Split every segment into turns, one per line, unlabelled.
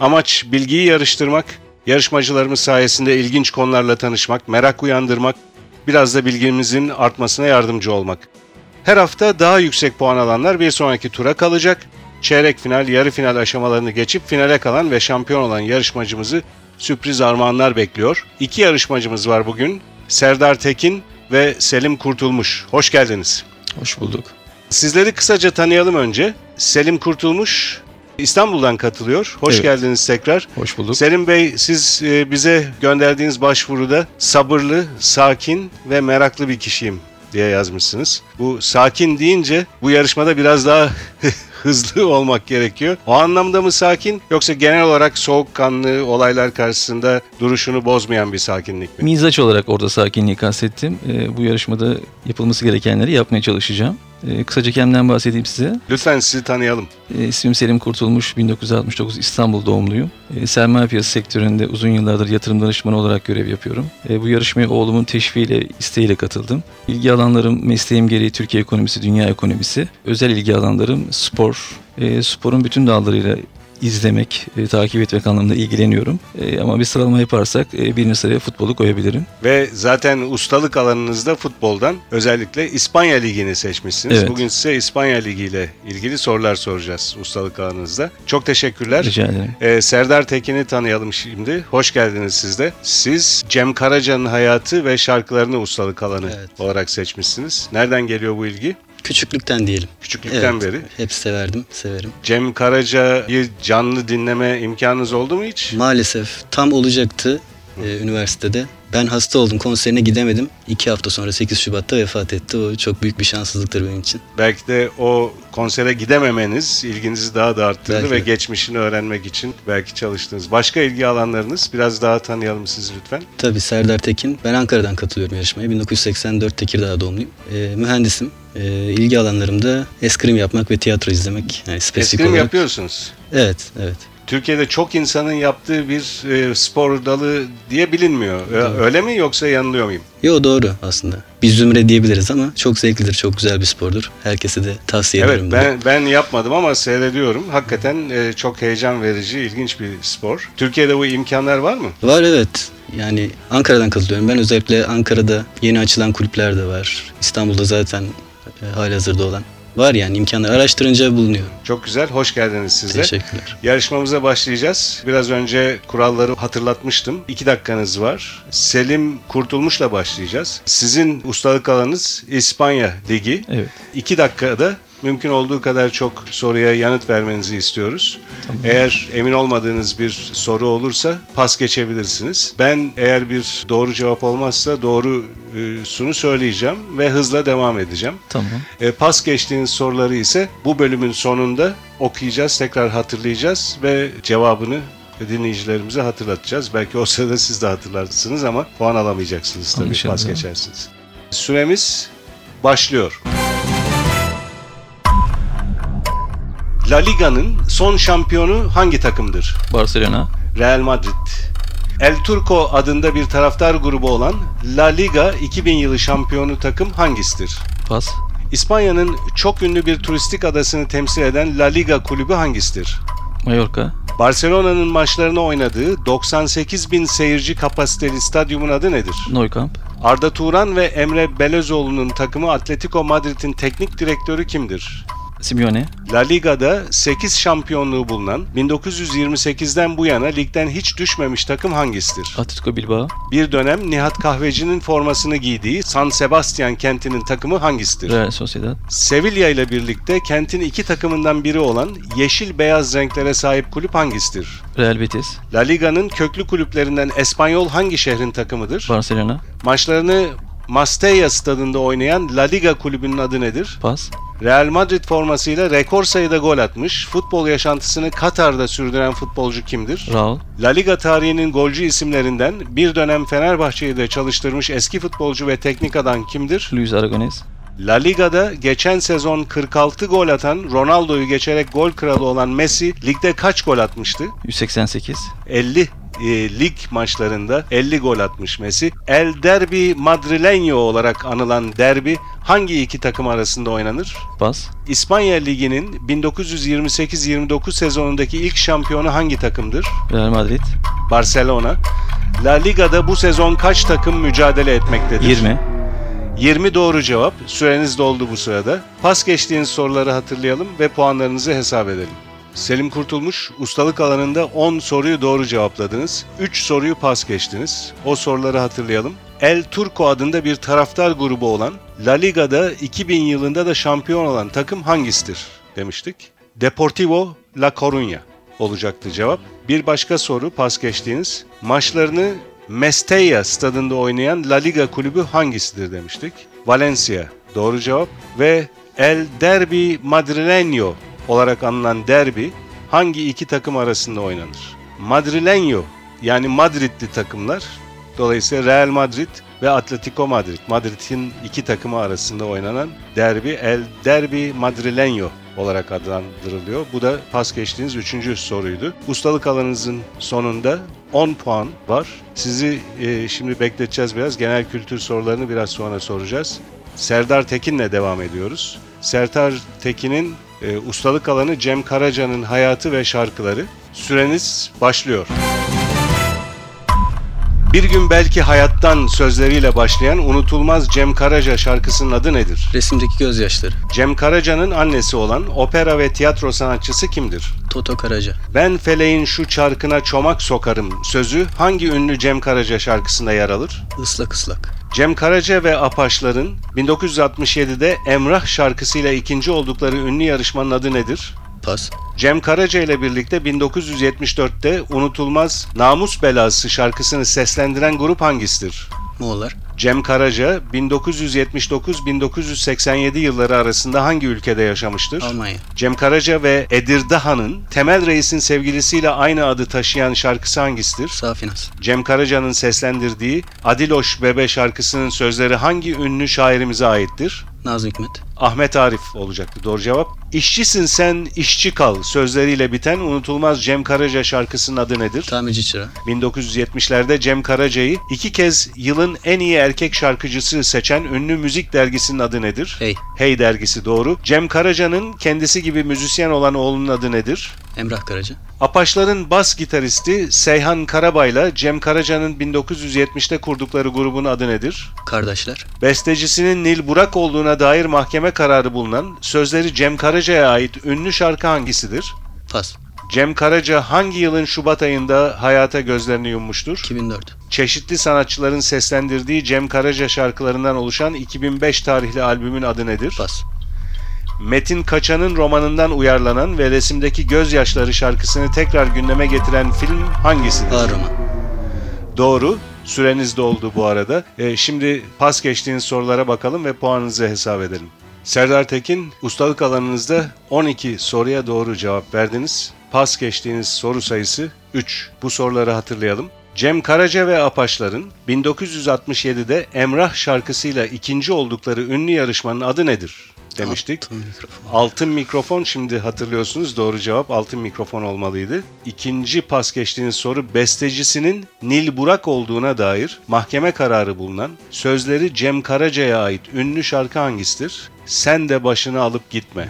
Amaç bilgiyi yarıştırmak, yarışmacılarımız sayesinde ilginç konularla tanışmak, merak uyandırmak, biraz da bilgimizin artmasına yardımcı olmak. Her hafta daha yüksek puan alanlar bir sonraki tura kalacak. Çeyrek final, yarı final aşamalarını geçip finale kalan ve şampiyon olan yarışmacımızı sürpriz armağanlar bekliyor. İki yarışmacımız var bugün. Serdar Tekin ve Selim Kurtulmuş. Hoş geldiniz.
Hoş bulduk.
Sizleri kısaca tanıyalım önce. Selim Kurtulmuş İstanbul'dan katılıyor. Hoş
Evet.
geldiniz tekrar.
Hoş bulduk.
Selim Bey siz e, bize gönderdiğiniz başvuruda sabırlı, sakin ve meraklı bir kişiyim diye yazmışsınız. Bu sakin deyince bu yarışmada biraz daha hızlı olmak gerekiyor. O anlamda mı sakin yoksa genel olarak soğukkanlı olaylar karşısında duruşunu bozmayan bir sakinlik mi?
Mizaç olarak orada sakinliği kastettim. Ee, bu yarışmada yapılması gerekenleri yapmaya çalışacağım. Ee, kısaca kendimden bahsedeyim size.
Lütfen sizi tanıyalım.
Ee, ismim Selim Kurtulmuş, 1969 İstanbul doğumluyum. Ee, sermaye piyasası sektöründe uzun yıllardır yatırım danışmanı olarak görev yapıyorum. Ee, bu yarışmaya oğlumun teşviğiyle, isteğiyle katıldım. İlgi alanlarım mesleğim gereği Türkiye ekonomisi, dünya ekonomisi. Özel ilgi alanlarım spor. Ee, sporun bütün dallarıyla izlemek, e, takip etmek anlamında ilgileniyorum. E, ama bir sıralama yaparsak e, birinci sıraya futbolu koyabilirim.
Ve zaten ustalık alanınızda futboldan özellikle İspanya Ligi'ni seçmişsiniz.
Evet.
Bugün size İspanya Ligi ile ilgili sorular soracağız ustalık alanınızda. Çok teşekkürler.
Rica ederim.
Ee, Serdar Tekin'i tanıyalım şimdi. Hoş geldiniz siz de. Siz Cem Karaca'nın hayatı ve şarkılarını ustalık alanı
Evet.
olarak seçmişsiniz. Nereden geliyor bu ilgi?
Küçüklükten diyelim.
Küçüklükten
Evet,
beri.
Hep severdim, severim.
Cem Karaca'yı canlı dinleme imkanınız oldu mu hiç?
Maalesef tam olacaktı e, üniversitede. Ben hasta oldum, konserine gidemedim. İki hafta sonra 8 Şubat'ta vefat etti. O çok büyük bir şanssızlıktır benim için.
Belki de o konsere gidememeniz ilginizi daha da arttırdı
Belki
ve
de.
geçmişini öğrenmek için belki çalıştınız. Başka ilgi alanlarınız biraz daha tanıyalım siz lütfen.
Tabii Serdar Tekin, ben Ankara'dan katılıyorum yarışmaya. 1984 Tekirdağ doğumluyum. E, mühendisim. E, ilgi alanlarımda eskrim yapmak ve tiyatro izlemek. Yani spesifik
Eskrim
olarak.
yapıyorsunuz.
Evet, evet.
Türkiye'de çok insanın yaptığı bir e, spor dalı diye bilinmiyor. Ö-
Evet.
Öyle mi yoksa yanılıyor muyum?
Yo doğru aslında. Biz zümre diyebiliriz ama çok zevklidir, çok güzel bir spordur. Herkese de tavsiye
Evet
ederim. bunu.
ben ben yapmadım ama seyrediyorum. Hakikaten e, çok heyecan verici, ilginç bir spor. Türkiye'de bu imkanlar var mı?
Var evet. Yani Ankara'dan katılıyorum. Ben özellikle Ankara'da yeni açılan kulüpler de var. İstanbul'da zaten e, halihazırda olan. Var yani imkanlar. Araştırınca bulunuyor.
Çok güzel. Hoş geldiniz siz de.
Teşekkürler.
Yarışmamıza başlayacağız. Biraz önce kuralları hatırlatmıştım. İki dakikanız var. Selim Kurtulmuş'la başlayacağız. Sizin ustalık alanınız İspanya Ligi.
Evet.
İki dakikada mümkün olduğu kadar çok soruya yanıt vermenizi istiyoruz. Eğer emin olmadığınız bir soru olursa pas geçebilirsiniz. Ben eğer bir doğru cevap olmazsa doğrusunu söyleyeceğim ve hızla devam edeceğim.
Tamam.
E, pas geçtiğiniz soruları ise bu bölümün sonunda okuyacağız, tekrar hatırlayacağız ve cevabını dinleyicilerimize hatırlatacağız. Belki o sırada siz de hatırlarsınız ama puan alamayacaksınız tabii
Anlaşıldı.
pas geçersiniz. Süremiz başlıyor. La Liga'nın son şampiyonu hangi takımdır?
Barcelona,
Real Madrid. El Turco adında bir taraftar grubu olan La Liga 2000 yılı şampiyonu takım hangisidir?
pas,
İspanya'nın çok ünlü bir turistik adasını temsil eden La Liga kulübü hangisidir?
Mallorca,
Barcelona'nın maçlarını oynadığı 98 bin seyirci kapasiteli stadyumun adı nedir?
Nou Camp,
Arda Turan ve Emre Belözoğlu'nun takımı Atletico Madrid'in teknik direktörü kimdir?
Simeone,
La Liga'da 8 şampiyonluğu bulunan, 1928'den bu yana ligden hiç düşmemiş takım hangisidir?
Atletico Bilbao,
Bir dönem Nihat Kahveci'nin formasını giydiği San Sebastian kentinin takımı hangisidir?
Real Sociedad,
Sevilla ile birlikte kentin iki takımından biri olan yeşil beyaz renklere sahip kulüp hangisidir?
Real Betis,
La Liga'nın köklü kulüplerinden Espanyol hangi şehrin takımıdır?
Barcelona,
Maçlarını Mastella stadında oynayan La Liga kulübünün adı nedir?
Pas.
Real Madrid formasıyla rekor sayıda gol atmış, futbol yaşantısını Katar'da sürdüren futbolcu kimdir?
Raul.
La Liga tarihinin golcü isimlerinden bir dönem Fenerbahçe'yi de çalıştırmış eski futbolcu ve teknik adam kimdir?
Luis Aragonés.
La Liga'da geçen sezon 46 gol atan Ronaldo'yu geçerek gol kralı olan Messi ligde kaç gol atmıştı?
188.
50 e, lig maçlarında 50 gol atmış Messi. El Derbi Madrileño olarak anılan derbi hangi iki takım arasında oynanır?
Pas.
İspanya Ligi'nin 1928-29 sezonundaki ilk şampiyonu hangi takımdır?
Real Madrid.
Barcelona. La Liga'da bu sezon kaç takım mücadele etmektedir?
20.
20 doğru cevap. Süreniz doldu bu sırada. Pas geçtiğiniz soruları hatırlayalım ve puanlarınızı hesap edelim. Selim Kurtulmuş, ustalık alanında 10 soruyu doğru cevapladınız. 3 soruyu pas geçtiniz. O soruları hatırlayalım. El Turco adında bir taraftar grubu olan, La Liga'da 2000 yılında da şampiyon olan takım hangisidir demiştik. Deportivo La Coruña olacaktı cevap. Bir başka soru pas geçtiğiniz. Maçlarını Mestella stadında oynayan La Liga kulübü hangisidir demiştik. Valencia doğru cevap ve El Derbi Madrileño olarak anılan derbi hangi iki takım arasında oynanır? Madrileño yani Madridli takımlar dolayısıyla Real Madrid ve Atletico Madrid. Madrid'in iki takımı arasında oynanan derbi El Derbi Madrileño olarak adlandırılıyor. Bu da pas geçtiğiniz üçüncü soruydu. Ustalık alanınızın sonunda 10 puan var. Sizi e, şimdi bekleteceğiz biraz. Genel kültür sorularını biraz sonra soracağız. Serdar Tekin'le devam ediyoruz. Serdar Tekin'in e, ustalık alanı Cem Karaca'nın hayatı ve şarkıları. Süreniz başlıyor. Bir gün belki hayattan sözleriyle başlayan unutulmaz Cem Karaca şarkısının adı nedir?
Resimdeki gözyaşları.
Cem Karaca'nın annesi olan opera ve tiyatro sanatçısı kimdir?
Toto Karaca.
Ben feleğin şu çarkına çomak sokarım sözü hangi ünlü Cem Karaca şarkısında yer alır?
Islak ıslak.
Cem Karaca ve Apaçların 1967'de Emrah şarkısıyla ikinci oldukları ünlü yarışmanın adı nedir?
Pas.
Cem Karaca ile birlikte 1974'te unutulmaz Namus Belası şarkısını seslendiren grup hangisidir?
Moğollar.
Cem Karaca 1979-1987 yılları arasında hangi ülkede yaşamıştır?
Almanya.
Cem Karaca ve Edirdahan'ın Temel Reis'in sevgilisiyle aynı adı taşıyan şarkısı hangisidir?
Safinas.
Cem Karaca'nın seslendirdiği Adiloş Bebe şarkısının sözleri hangi ünlü şairimize aittir?
Nazım Hikmet.
Ahmet Arif olacaktı doğru cevap. İşçisin sen, işçi kal sözleriyle biten unutulmaz Cem Karaca şarkısının adı nedir?
Tamirci çırağı.
1970'lerde Cem Karaca'yı iki kez yılın en iyi erkek şarkıcısı seçen ünlü müzik dergisinin adı nedir?
Hey.
Hey dergisi doğru. Cem Karaca'nın kendisi gibi müzisyen olan oğlunun adı nedir?
Emrah Karaca.
Apaçların bas gitaristi Seyhan Karabay'la Cem Karaca'nın 1970'te kurdukları grubun adı nedir?
Kardeşler.
Bestecisinin Nil Burak olduğuna dair mahkeme kararı bulunan sözleri Cem Karaca'ya ait ünlü şarkı hangisidir?
Pas.
Cem Karaca hangi yılın Şubat ayında hayata gözlerini yummuştur?
2004.
çeşitli sanatçıların seslendirdiği Cem Karaca şarkılarından oluşan 2005 tarihli albümün adı nedir?
Pas.
Metin Kaçan'ın romanından uyarlanan ve resimdeki Gözyaşları şarkısını tekrar gündeme getiren film hangisidir?
Ağır roman.
Doğru. Süreniz doldu bu arada. Ee, şimdi pas geçtiğiniz sorulara bakalım ve puanınızı hesap edelim. Serdar Tekin, ustalık alanınızda 12 soruya doğru cevap verdiniz. Pas geçtiğiniz soru sayısı 3. Bu soruları hatırlayalım. Cem Karaca ve Apaçların 1967'de Emrah şarkısıyla ikinci oldukları ünlü yarışmanın adı nedir demiştik.
Attım mikrofonu.
Altın mikrofon şimdi hatırlıyorsunuz doğru cevap altın mikrofon olmalıydı. İkinci pas geçtiğiniz soru bestecisinin Nil Burak olduğuna dair mahkeme kararı bulunan sözleri Cem Karaca'ya ait ünlü şarkı hangisidir? Sen de başını alıp gitme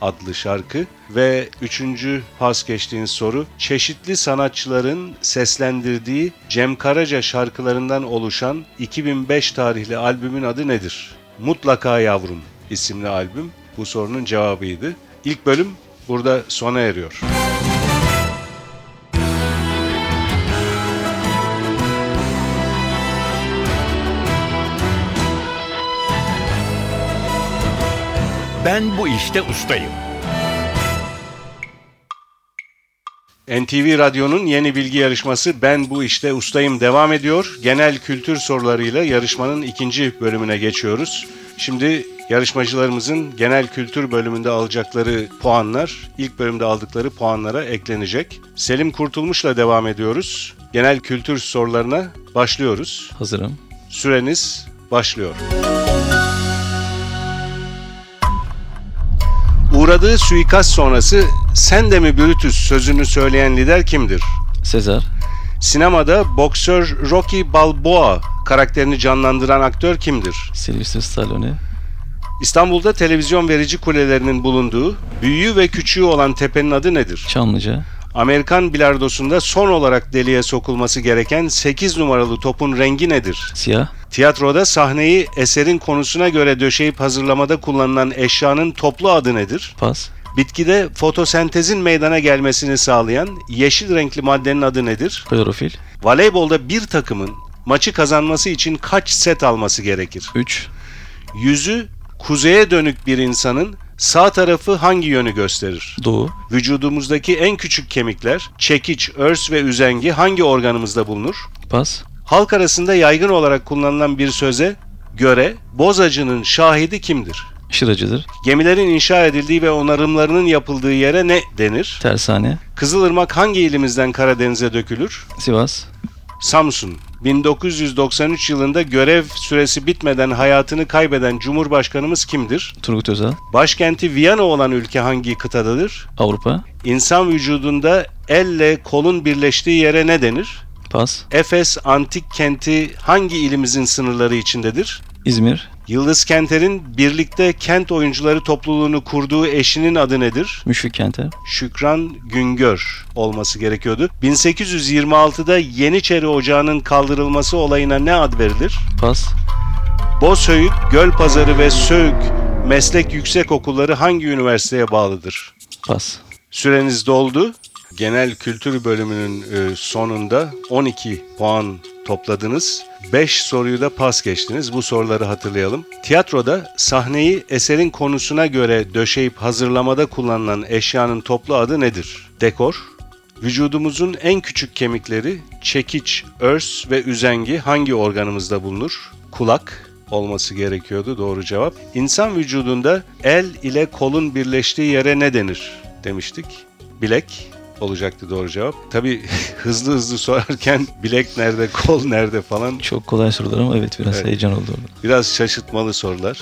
adlı şarkı ve üçüncü pas geçtiğiniz soru çeşitli sanatçıların seslendirdiği Cem Karaca şarkılarından oluşan 2005 tarihli albümün adı nedir? Mutlaka Yavrum isimli albüm bu sorunun cevabıydı. İlk bölüm burada sona eriyor.
Ben bu işte ustayım.
NTV Radyo'nun yeni bilgi yarışması Ben Bu İşte Ustayım devam ediyor. Genel kültür sorularıyla yarışmanın ikinci bölümüne geçiyoruz. Şimdi yarışmacılarımızın genel kültür bölümünde alacakları puanlar ilk bölümde aldıkları puanlara eklenecek. Selim Kurtulmuş'la devam ediyoruz. Genel kültür sorularına başlıyoruz.
Hazırım.
Süreniz başlıyor. Uğradığı suikast sonrası sen de mi Brutus sözünü söyleyen lider kimdir?
Sezar,
Sinemada boksör Rocky Balboa karakterini canlandıran aktör kimdir?
Sylvester Stallone,
İstanbul'da televizyon verici kulelerinin bulunduğu, büyüğü ve küçüğü olan tepenin adı nedir?
Çamlıca,
Amerikan bilardosunda son olarak deliğe sokulması gereken 8 numaralı topun rengi nedir?
Siyah,
Tiyatroda sahneyi eserin konusuna göre döşeyip hazırlamada kullanılan eşyanın toplu adı nedir?
Pas,
Bitkide fotosentezin meydana gelmesini sağlayan yeşil renkli maddenin adı nedir?
Klorofil,
Voleybolda bir takımın maçı kazanması için kaç set alması gerekir?
3,
Yüzü kuzeye dönük bir insanın sağ tarafı hangi yönü gösterir?
Doğu,
Vücudumuzdaki en küçük kemikler, çekiç, örs ve üzengi hangi organımızda bulunur?
Pas,
Halk arasında yaygın olarak kullanılan bir söze göre bozacının şahidi kimdir?
Şıracıdır,
Gemilerin inşa edildiği ve onarımlarının yapıldığı yere ne denir?
Tersane,
Kızılırmak hangi ilimizden Karadeniz'e dökülür?
Sivas,
Samsun. 1993 yılında görev süresi bitmeden hayatını kaybeden Cumhurbaşkanımız kimdir?
Turgut Özal,
Başkenti Viyana olan ülke hangi kıtadadır?
Avrupa,
İnsan vücudunda elle kolun birleştiği yere ne denir?
Pas,
Efes antik kenti hangi ilimizin sınırları içindedir?
İzmir,
Yıldız Kenter'in birlikte kent oyuncuları topluluğunu kurduğu eşinin adı nedir?
Müşfik Kenter,
Şükran Güngör olması gerekiyordu. 1826'da Yeniçeri Ocağı'nın kaldırılması olayına ne ad verilir?
Pas,
Bosöğüt, Gölpazarı ve Söğük meslek yüksek okulları hangi üniversiteye bağlıdır?
Pas.
Süreniz doldu. Genel kültür bölümünün e, sonunda 12 puan topladınız. 5 soruyu da pas geçtiniz. Bu soruları hatırlayalım. Tiyatroda sahneyi eserin konusuna göre döşeyip hazırlamada kullanılan eşyanın toplu adı nedir? Dekor. Vücudumuzun en küçük kemikleri çekiç, örs ve üzengi hangi organımızda bulunur? Kulak olması gerekiyordu doğru cevap. İnsan vücudunda el ile kolun birleştiği yere ne denir? demiştik. Bilek olacaktı doğru cevap. Tabii hızlı hızlı sorarken bilek nerede, kol nerede falan
Çok kolay sorular ama evet biraz
Evet.
heyecan oldu orada.
biraz şaşırtmalı sorular.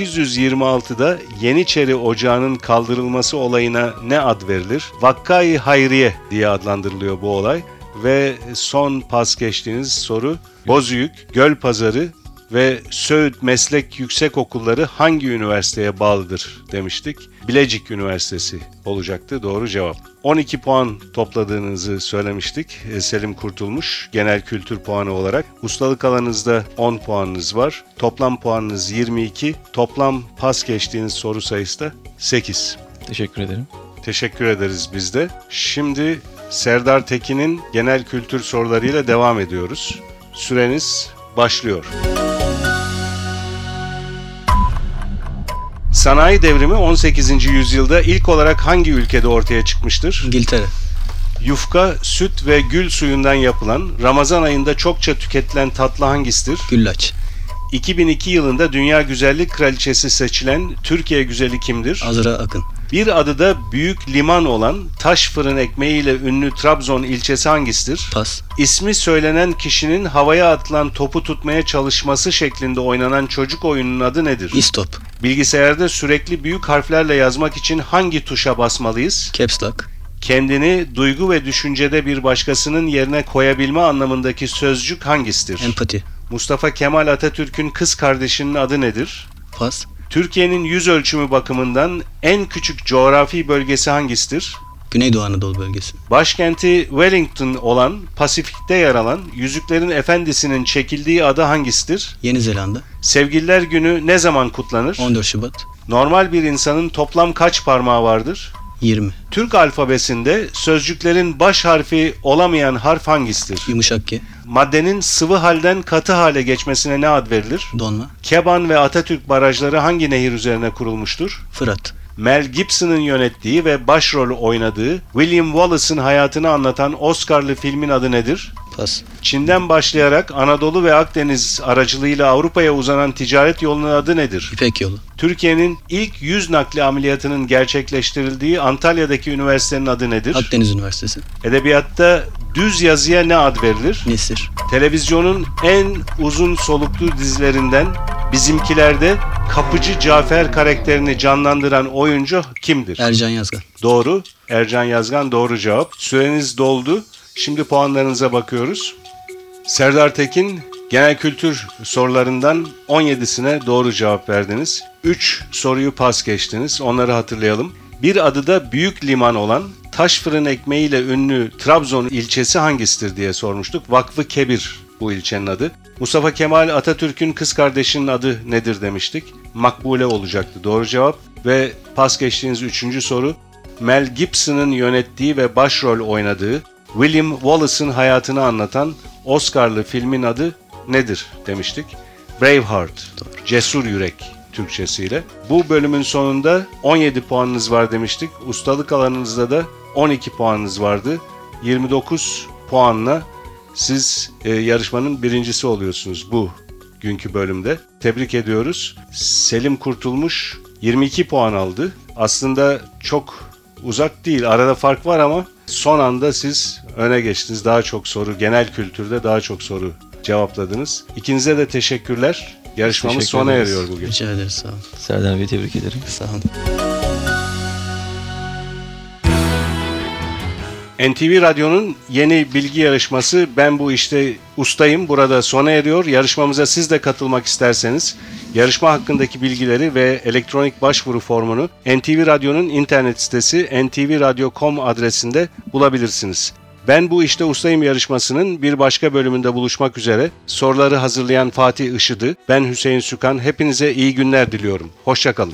1826'da Yeniçeri Ocağı'nın kaldırılması olayına ne ad verilir? Vakkai Hayriye diye adlandırılıyor bu olay. Ve son pas geçtiğiniz soru Bozüyük, Gölpazarı ve Söğüt Meslek Yüksek Okulları hangi üniversiteye bağlıdır demiştik. Bilecik Üniversitesi olacaktı doğru cevap. 12 puan topladığınızı söylemiştik. E, Selim Kurtulmuş genel kültür puanı olarak. Ustalık alanınızda 10 puanınız var. Toplam puanınız 22. Toplam pas geçtiğiniz soru sayısı da 8.
Teşekkür ederim.
Teşekkür ederiz biz de. Şimdi Serdar Tekin'in genel kültür sorularıyla devam ediyoruz. Süreniz başlıyor. Sanayi devrimi 18. yüzyılda ilk olarak hangi ülkede ortaya çıkmıştır?
İngiltere,
Yufka, süt ve gül suyundan yapılan, Ramazan ayında çokça tüketilen tatlı hangisidir?
Güllaç,
2002 yılında Dünya Güzellik Kraliçesi seçilen Türkiye güzeli kimdir?
Azra Akın,
Bir adı da büyük liman olan taş fırın ekmeğiyle ünlü Trabzon ilçesi hangisidir?
Pas,
İsmi söylenen kişinin havaya atılan topu tutmaya çalışması şeklinde oynanan çocuk oyununun adı nedir?
İstop,
Bilgisayarda sürekli büyük harflerle yazmak için hangi tuşa basmalıyız?
Caps Lock,
Kendini duygu ve düşüncede bir başkasının yerine koyabilme anlamındaki sözcük hangisidir?
Empati,
Mustafa Kemal Atatürk'ün kız kardeşinin adı nedir?
Pas,
Türkiye'nin yüz ölçümü bakımından en küçük coğrafi bölgesi hangisidir?
Güneydoğu Anadolu bölgesi,
Başkenti Wellington olan, Pasifik'te yer alan, Yüzüklerin Efendisi'nin çekildiği ada hangisidir?
Yeni Zelanda,
Sevgililer Günü ne zaman kutlanır?
14 Şubat,
Normal bir insanın toplam kaç parmağı vardır?
20,
Türk alfabesinde sözcüklerin baş harfi olamayan harf hangisidir?
Yumuşak G,
Maddenin sıvı halden katı hale geçmesine ne ad verilir?
Donma,
Keban ve Atatürk barajları hangi nehir üzerine kurulmuştur?
Fırat,
Mel Gibson'ın yönettiği ve başrolü oynadığı William Wallace'ın hayatını anlatan Oscar'lı filmin adı nedir?
Pas.
Çin'den başlayarak Anadolu ve Akdeniz aracılığıyla Avrupa'ya uzanan ticaret yolunun adı nedir?
İpek yolu.
Türkiye'nin ilk yüz nakli ameliyatının gerçekleştirildiği Antalya'daki üniversitenin adı nedir?
Akdeniz Üniversitesi.
Edebiyatta düz yazıya ne ad verilir?
Nesir.
Televizyonun en uzun soluklu dizilerinden Bizimkilerde Kapıcı Cafer karakterini canlandıran oyuncu kimdir?
Ercan Yazgan.
Doğru. Ercan Yazgan doğru cevap. Süreniz doldu. Şimdi puanlarınıza bakıyoruz. Serdar Tekin genel kültür sorularından 17'sine doğru cevap verdiniz. 3 soruyu pas geçtiniz. Onları hatırlayalım. Bir adı da büyük liman olan taş fırın ekmeğiyle ünlü Trabzon ilçesi hangisidir diye sormuştuk. Vakfı Kebir bu ilçenin adı. Mustafa Kemal Atatürk'ün kız kardeşinin adı nedir demiştik. Makbule olacaktı doğru cevap. Ve pas geçtiğiniz üçüncü soru Mel Gibson'ın yönettiği ve başrol oynadığı William Wallace'ın hayatını anlatan Oscar'lı filmin adı nedir demiştik? Braveheart, Cesur Yürek Türkçesiyle. Bu bölümün sonunda 17 puanınız var demiştik. Ustalık alanınızda da 12 puanınız vardı. 29 puanla siz e, yarışmanın birincisi oluyorsunuz bu günkü bölümde. Tebrik ediyoruz. Selim Kurtulmuş 22 puan aldı. Aslında çok uzak değil. Arada fark var ama son anda siz öne geçtiniz. Daha çok soru, genel kültürde daha çok soru cevapladınız. İkinize de teşekkürler. Yarışmamız
Teşekkür
sona
ederiz.
eriyor bugün.
Rica ederiz sağ olun.
Serdar Bey tebrik ederim.
Sağ olun.
NTV Radyo'nun yeni bilgi yarışması Ben Bu İşte Ustayım burada sona eriyor. Yarışmamıza siz de katılmak isterseniz yarışma hakkındaki bilgileri ve elektronik başvuru formunu NTV Radyo'nun internet sitesi ntvradio.com adresinde bulabilirsiniz. Ben Bu İşte Ustayım yarışmasının bir başka bölümünde buluşmak üzere soruları hazırlayan Fatih Işıdı, ben Hüseyin Sükan hepinize iyi günler diliyorum. Hoşçakalın.